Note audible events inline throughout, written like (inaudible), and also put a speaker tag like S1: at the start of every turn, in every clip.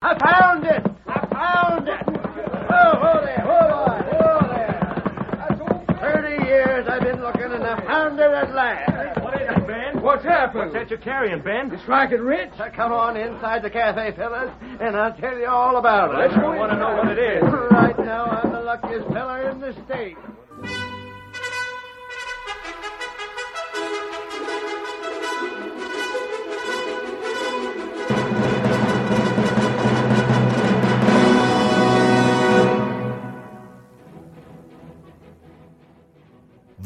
S1: Oh,
S2: that you're carrying, Ben?
S3: It's racket rich.
S1: Now, come on inside the cafe, fellas, and I'll tell you all about it.
S2: Let's go in. I wanna know what it is.
S1: Right now, I'm the luckiest feller in the state.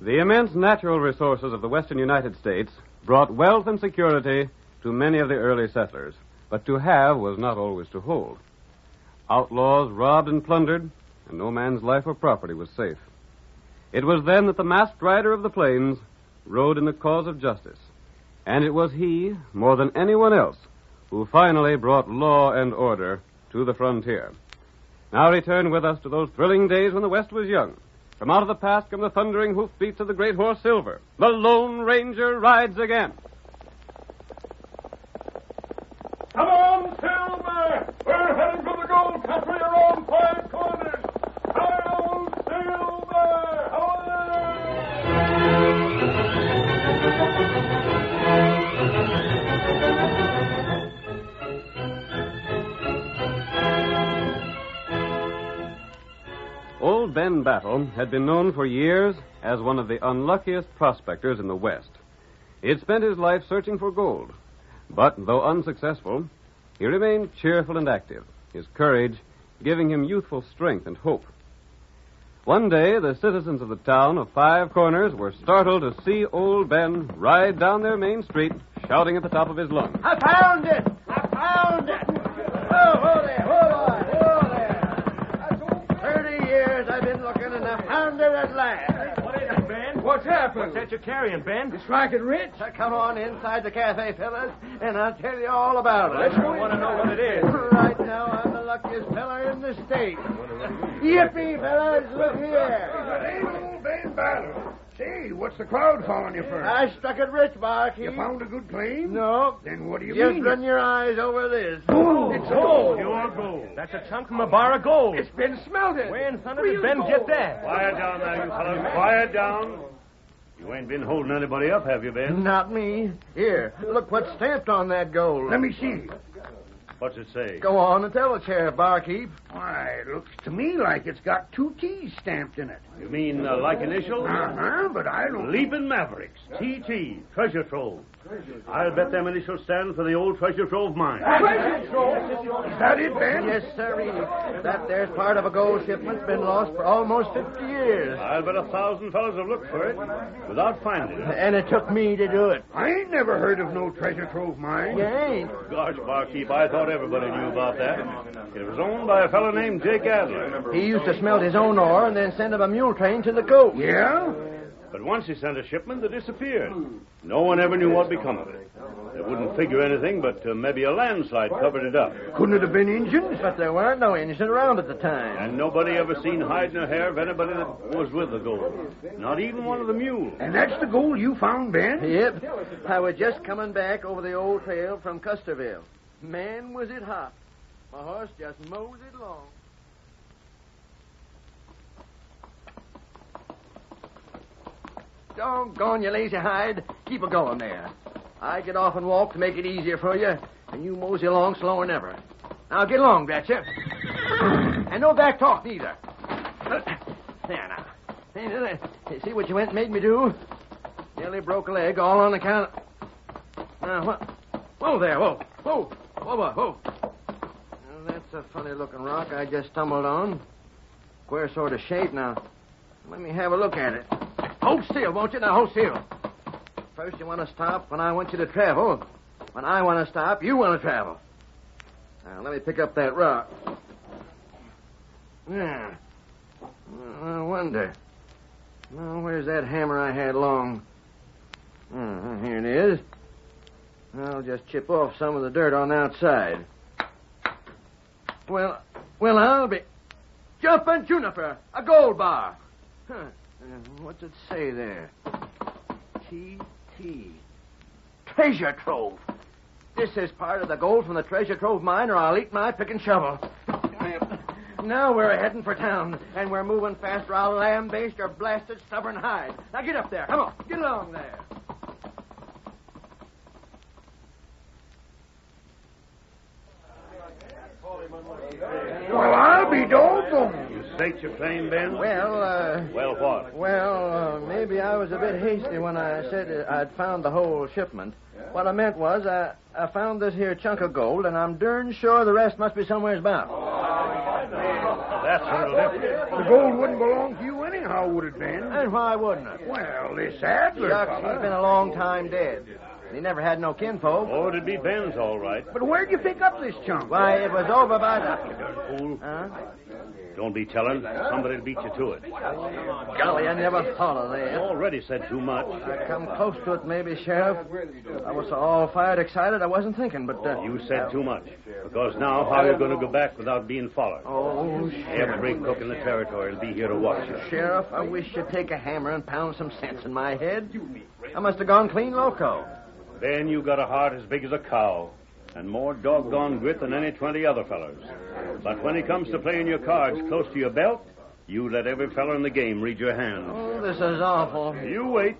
S2: The immense natural resources of the western United States brought wealth and security to many of the early settlers, but to have was not always to hold. Outlaws robbed and plundered, and no man's life or property was safe. It was then that the masked rider of the plains rode in the cause of justice, and it was he, more than anyone else, who finally brought law and order to the frontier. Now return with us to those thrilling days when the West was young. From out of the past come the thundering hoofbeats of the great horse Silver. The Lone Ranger rides again.
S4: Come on, Silver! We're heading for the gold country around Five Corners! Hail, Silver! Hooray!
S2: Old Ben Battle had been known for years as one of the unluckiest prospectors in the West. He had spent his life searching for gold, but though unsuccessful, he remained cheerful and active, his courage giving him youthful strength and hope. One day, the citizens of the town of Five Corners were startled to see old Ben ride down their main street, shouting at the top of his lungs.
S1: I found it! I found it! Oh, hold there, hold on, hold there. Thirty years I've been looking and I found it at last.
S2: What is it, Ben?
S3: What's happened?
S2: that you're carrying, Ben?
S3: It's racket rich.
S1: Now, come on inside the cafe, fellas, and I'll tell you all about it.
S2: Let's go in. I wanna know what it is.
S1: Right now, I'm the luckiest feller in the state. Yippee, fellas, look here.
S4: Old Ben Battle! Say, what's the crowd calling you for?
S1: I stuck it rich, Barkey.
S4: You found a good claim?
S1: No.
S4: Then what do you
S1: Just
S4: mean?
S1: run your eyes over this.
S4: It's gold.
S2: gold. That's a chunk from a bar of gold.
S4: It's been smelted.
S2: Where in thunder did Ben get that?
S5: Quiet down now, you fellows.
S4: uh,
S5: Quiet down. You ain't been holding anybody up, have you, Ben?
S1: Not me. Here, look what's stamped on that gold.
S4: Let me see.
S5: What's it say?
S1: Go on and tell the sheriff, barkeep.
S4: Why, it looks to me like it's got two T's stamped in it.
S5: You mean uh, like initials?
S4: Uh-huh, but I don't...
S5: Leaping Mavericks, TT, Treasure Trove. I'll bet them initials stand for the old Treasure Trove mine.
S4: Is that it, Ben?
S1: Yes, sir. That there's part of a gold shipment's been lost for almost 50 years.
S5: I'll bet a thousand fellows have looked for it without finding it.
S1: And it took me to do it.
S4: I ain't never heard of no treasure trove mine.
S1: You ain't.
S5: Gosh, barkeep, I thought everybody knew about that. It was owned by a fellow named Jake Adler.
S1: He used to smelt his own ore and then send him a mule train to the coast.
S4: Yeah?
S5: But once he sent a shipment that disappeared. No one ever knew what become of it. They wouldn't figure anything, but uh, maybe a landslide covered it up.
S1: Couldn't it have been Injuns? But there weren't no Injuns around at the time.
S5: And nobody ever seen hide nor hair of anybody that was with the gold. Not even one of the mules.
S3: And that's the gold you found, Ben?
S1: Yep. I was just coming back over the old trail from Custerville. Man, was it hot. My horse just mows it along. Doggone you, lazy hide. Keep a going there. I get off and walk to make it easier for you, and you mosey along slower than ever. Now get along, that's it. and no back talk neither. (clears throat) There now. Hey, now, you See what you went and made me do? Nearly broke a leg, all on account. of- Now what? Whoa there! Whoa! Whoa! Whoa! Whoa! whoa. Now, that's a funny-looking rock I just stumbled on. Queer sort of shape. Now, let me have a look at it. Hold still, won't you? Now hold still. First, you want to stop when I want you to travel. When I want to stop, you want to travel. Now let me pick up that rock. Yeah. I wonder. Now, where's that hammer I had long? Uh, here it is. I'll just chip off some of the dirt on the outside. Well, well, I'll be. Jumping juniper, a gold bar. Huh. Uh, what's it say there? T T. Treasure trove. This is part of the gold from the treasure trove mine, or I'll eat my pick and shovel. Now we're heading for town, and we're moving fast, or I'll lambaste your blasted stubborn hide. Now get up there. Come on. Get along there.
S3: Well, I'll be doggone.
S5: You staked your claim, Ben?
S1: Well, uh,
S5: Well, what?
S1: well, uh, maybe I was a bit hasty when I said uh, I'd found the whole shipment. What I meant was I, I found this here chunk of gold, and I'm darn sure the rest must be somewheres about.
S5: That's a little different.
S3: The gold wouldn't belong to you anyhow, would it, Ben?
S1: And why wouldn't it?
S3: Well, this Adler
S1: Ducks, he's been
S3: fella.
S1: a long time dead. And he never had no kinfolk.
S5: Oh, it'd be Ben's all right.
S3: But where'd you pick up this chunk?
S1: Why, it was over by the...
S5: Fool.
S1: Huh?
S5: Don't be telling. Somebody'd beat you to it.
S1: Golly, I never thought of that.
S5: Already said too much.
S1: I come close to it, maybe, Sheriff. I was all fired excited, I wasn't thinking, but... Uh,
S5: You said too much. Because now, how are you going to go back without being followed?
S1: Oh,
S5: Every cook in the territory will be here to watch you.
S1: Sheriff, I wish you'd take a hammer and pound some sense in my head. I must have gone clean loco.
S5: Ben, you got a heart as big as a cow and more doggone grit than any 20 other fellers. But when it comes to playing your cards close to your belt, you let every feller in the game read your hand.
S1: Oh, this is awful.
S5: You wait.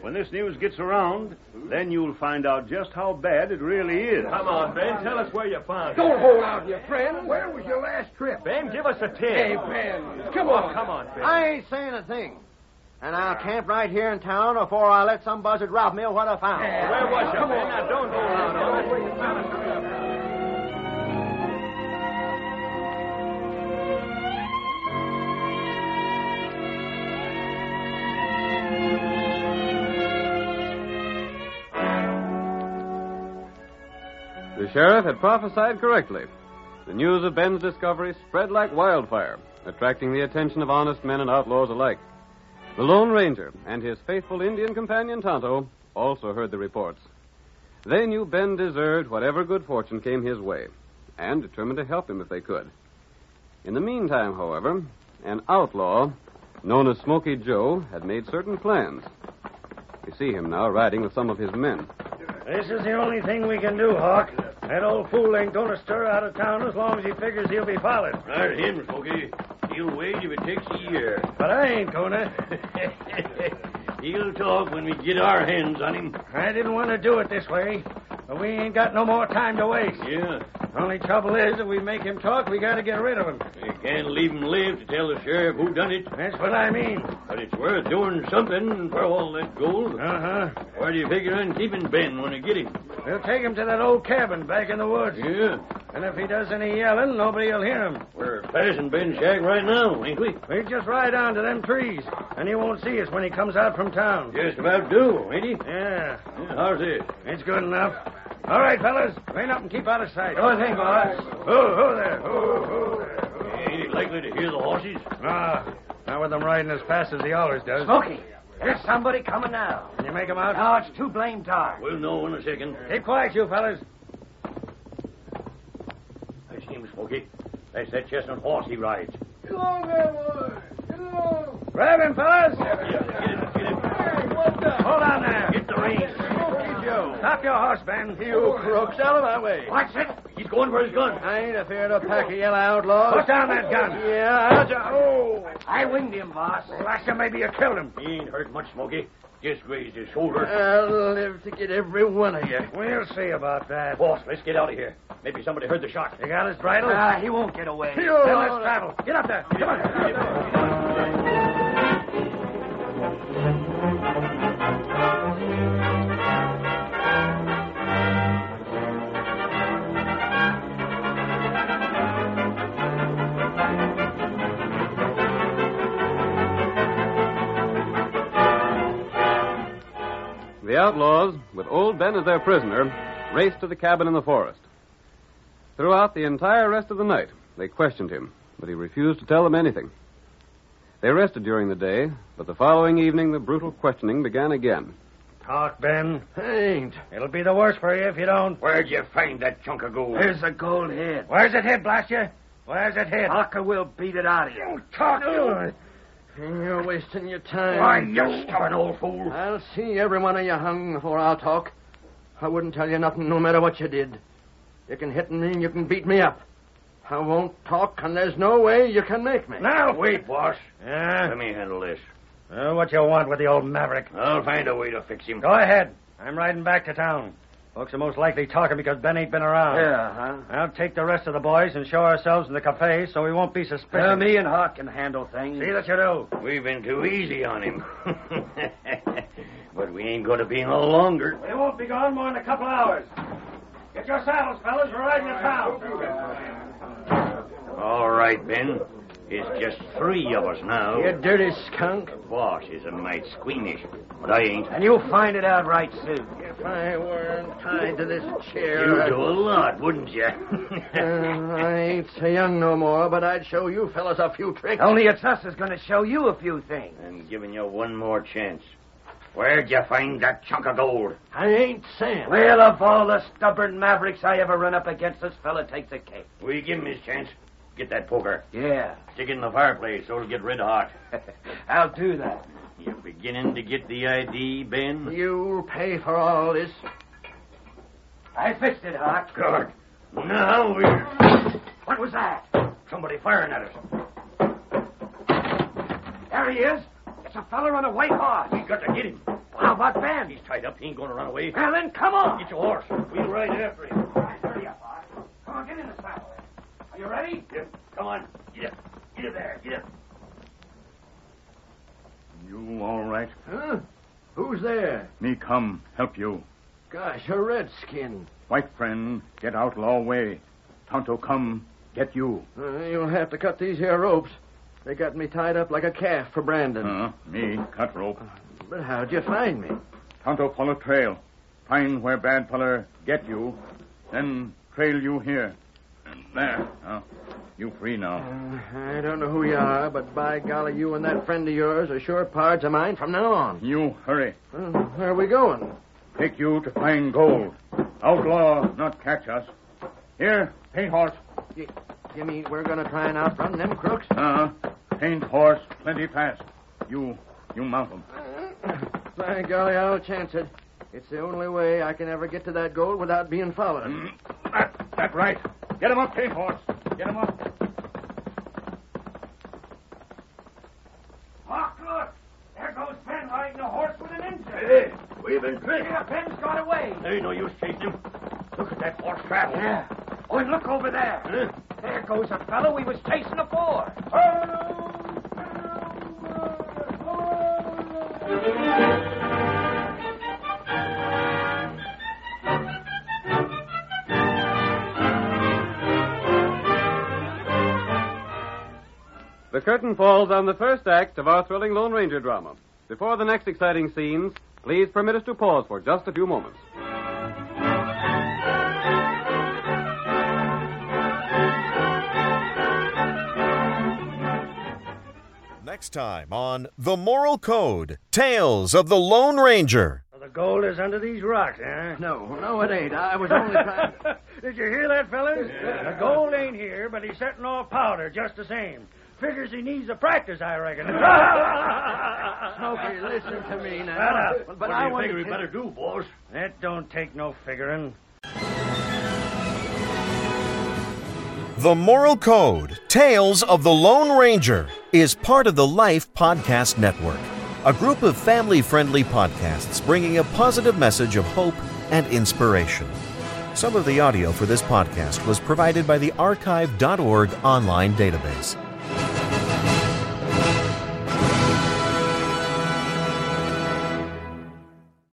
S5: When this news gets around, then you'll find out just how bad it really is.
S6: Hmm? Come on, Ben. Tell us where you found it.
S3: Don't hold out, your friend. Where was your last trip?
S6: Ben, give us a tip.
S3: Hey, Ben, come on.
S6: Come on, Ben.
S1: I ain't saying a thing. And I'll camp right here in town before I let some buzzard rob me of what I found.
S6: Where was you, Ben? Now, don't go out on us.
S2: The sheriff had prophesied correctly. The news of Ben's discovery spread like wildfire, attracting the attention of honest men and outlaws alike. The Lone Ranger and his faithful Indian companion Tonto also heard the reports. They knew Ben deserved whatever good fortune came his way, and determined to help him if they could. In the meantime, however, an outlaw known as Smoky Joe had made certain plans. We see him now riding with some of his men.
S5: This is the only thing we can do, Hawk. That old fool ain't going to stir out of town as long as he figures he'll be followed.
S6: Right him, Smokey. He'll wait if it takes a year.
S5: But I ain't going to.
S6: (laughs) He'll talk when we get our hands on him.
S5: I didn't want to do it this way, but we ain't got no more time to waste.
S6: Yeah.
S5: Only trouble is, if we make him talk, we got to get rid of him.
S6: You can't leave him live to tell the sheriff who done it.
S5: That's what I mean.
S6: But it's worth doing something for all that gold.
S5: Uh huh.
S6: Where do you figure on keeping Ben when you get him?
S5: We'll take him to that old cabin back in the woods.
S6: Yeah.
S5: And if he does any yelling, nobody'll hear him.
S6: We're passing Ben's shack right now, ain't we?
S5: We'll just ride on to them trees, and he won't see us when he comes out from town.
S6: Just about do, ain't he?
S5: Yeah,
S6: Yeah, how's this?
S5: it's good enough. All right, fellas, rein up and keep out of sight. Sure thing, boss. Oh, oh there. Oh, oh there.
S6: Ain't it likely to hear the horses?
S5: Ah, not with them riding as fast as he always does.
S1: Smoky, There's somebody coming now. Can you make him out? No, it's too blame dark.
S5: We'll know in a second.
S1: Keep quiet, you fellas.
S5: I see him, Smoky. That's that chestnut horse he rides.
S3: Get along there, boys. Get along.
S1: Grab him, fellas.
S5: Get him, get him.
S3: Hey, what the?
S1: Hold on there.
S5: Get the reins.
S3: Smokey Joe.
S1: Stop your horse, Ben. You crooks. Out of my way.
S5: Watch it. He's going for his gun.
S1: I ain't afraid of a pack of yellow outlaws.
S5: Put down that gun.
S1: Yeah, I... Oh, I winged him, boss. Last time maybe you killed him.
S5: He ain't hurt much, Smoky. Just grazed his shoulder.
S1: I'll live to get every one of you.
S3: We'll see about that.
S5: Boss, let's get out of here. Maybe somebody heard the shot.
S3: You got his bridle?
S1: Ah, he won't get away.
S3: Then let's travel. Get up there. Come on.
S7: The outlaws, with old Ben as their prisoner, raced to the cabin in the forest. Throughout the entire rest of the night, they questioned him, but he refused to tell them anything. They rested during the day, but the following evening the brutal questioning began again.
S3: Talk, Ben.
S1: Hanged.
S3: It'll be the worse for you if you don't.
S5: Where'd you find that chunk of gold?
S1: There's a gold head.
S3: Where's it hit, blast you? Where's it hit?
S1: Parker will beat it out of you.
S3: talk,
S1: You're wasting your time.
S5: Why, you stubborn old fool.
S1: I'll see every one of you hung before I'll talk. I wouldn't tell you nothing no matter what you did. You can hit me and you can beat me up. I won't talk, and there's no way you can make me.
S3: Now,
S5: Wait, boss.
S3: Yeah?
S5: Let me handle this.
S3: Well, what you want with the old maverick?
S5: I'll find a way to fix him.
S3: Go ahead. I'm riding back to town. Folks are most likely talking because Ben ain't been around.
S1: Yeah, huh?
S3: I'll take the rest of the boys and show ourselves in the cafe so we won't be suspicious.
S5: Uh,
S1: Well, me and Hawk can handle things.
S3: See that you do.
S5: We've been too easy on him. (laughs) but we ain't going to be no longer.
S3: They won't be gone more than a couple hours. Get your saddles, fellas. We're riding to town.
S5: All right, Ben. It's just three of us now.
S1: You dirty skunk.
S5: Boss is a mite squeamish, but I ain't.
S1: And you'll find it out right soon. If I weren't tied to this
S5: You'd
S1: chair. (laughs)
S5: do a lot, wouldn't you? (laughs)
S1: Uh, I ain't so young no more, but I'd show you fellas a few tricks.
S3: Only it's us is going to show you a few things.
S5: I'm giving you one more chance. Where'd you find that chunk of gold?
S1: I ain't Sam.
S3: Well, of all the stubborn mavericks I ever run up against, this fella takes a cake.
S5: We give him his chance. Get that poker.
S3: Yeah,
S5: Stick it in the fireplace so it'll get red hot.
S3: (laughs) I'll do that.
S5: You're beginning to get the idea, Ben?
S1: You'll pay for all this.
S3: I fixed it, Hawk.
S5: Good. Now we're.
S3: What was that?
S5: Somebody firing at us.
S3: There he is. It's a fella on a white horse.
S5: We got to get him.
S3: How about Ben?
S5: He's tied up. He ain't going to run away.
S3: Well, then, come on.
S5: Get your horse. We'll ride after him.
S3: Hurry up, Hawk. Come on, get in the saddle. Are you ready?
S5: Yeah, Come on. Get up. Get up there. Get up. You all right?
S1: Huh? Who's there?
S8: Me come, help you.
S1: Gosh, a redskin.
S8: White friend, get outlaw way. Tonto come, get you.
S1: Uh, you'll have to cut these here ropes. They got me tied up like a calf for Brandon.
S8: Huh? Me, cut rope.
S1: But how'd you find me?
S8: Tonto follow trail. Find where bad feller get you. Then trail you here. And there. Huh? You free now.
S1: Uh, I don't know who you are, but by golly, you and that friend of yours are sure pards of mine from now on.
S8: You hurry.
S1: Well, where are we going?
S8: Take you to find gold. Outlaw not catch us. Here, paint horse.
S1: You, you mean we're going to try and outrun them crooks?
S8: Uh-huh. Paint horse plenty fast. You, you mount him.
S1: Uh, By golly, I'll chance it. It's the only way I can ever get to that gold without being followed.
S3: Mm.
S8: That, that right. Get him up, paint horse. Get him up.
S3: Hawk, look. There goes Ben riding a horse with an engine.
S5: Hey, we've been tricked.
S3: Yeah, Ben's got away.
S5: There ain't no use chasing him. Look at that horse travel.
S3: Yeah. Oh, and look over there. There goes a fellow we was chasing afore.
S7: The curtain falls on the first act of our thrilling Lone Ranger drama. Before the next exciting scenes, please permit us to pause for just a few moments. next time on The Moral Code Tales of the Lone Ranger.
S9: The gold is under these rocks, huh?
S1: No, no, it ain't. I was (laughs) only
S5: (laughs)
S1: trying.
S5: eh? Did you hear that, fellas? The gold ain't here, but he's setting off powder just the same. Figures he needs the practice, I reckon.
S1: Smokey, listen to me
S5: Shut
S1: now.
S5: up.
S1: But, but I want to.
S9: do, boss?
S5: That don't take no figuring.
S7: The Moral Code Tales of the Lone Ranger is part of the Life Podcast Network, a group of family friendly podcasts bringing a positive message of hope and inspiration. Some of the audio for this podcast was provided by the archive.org online database.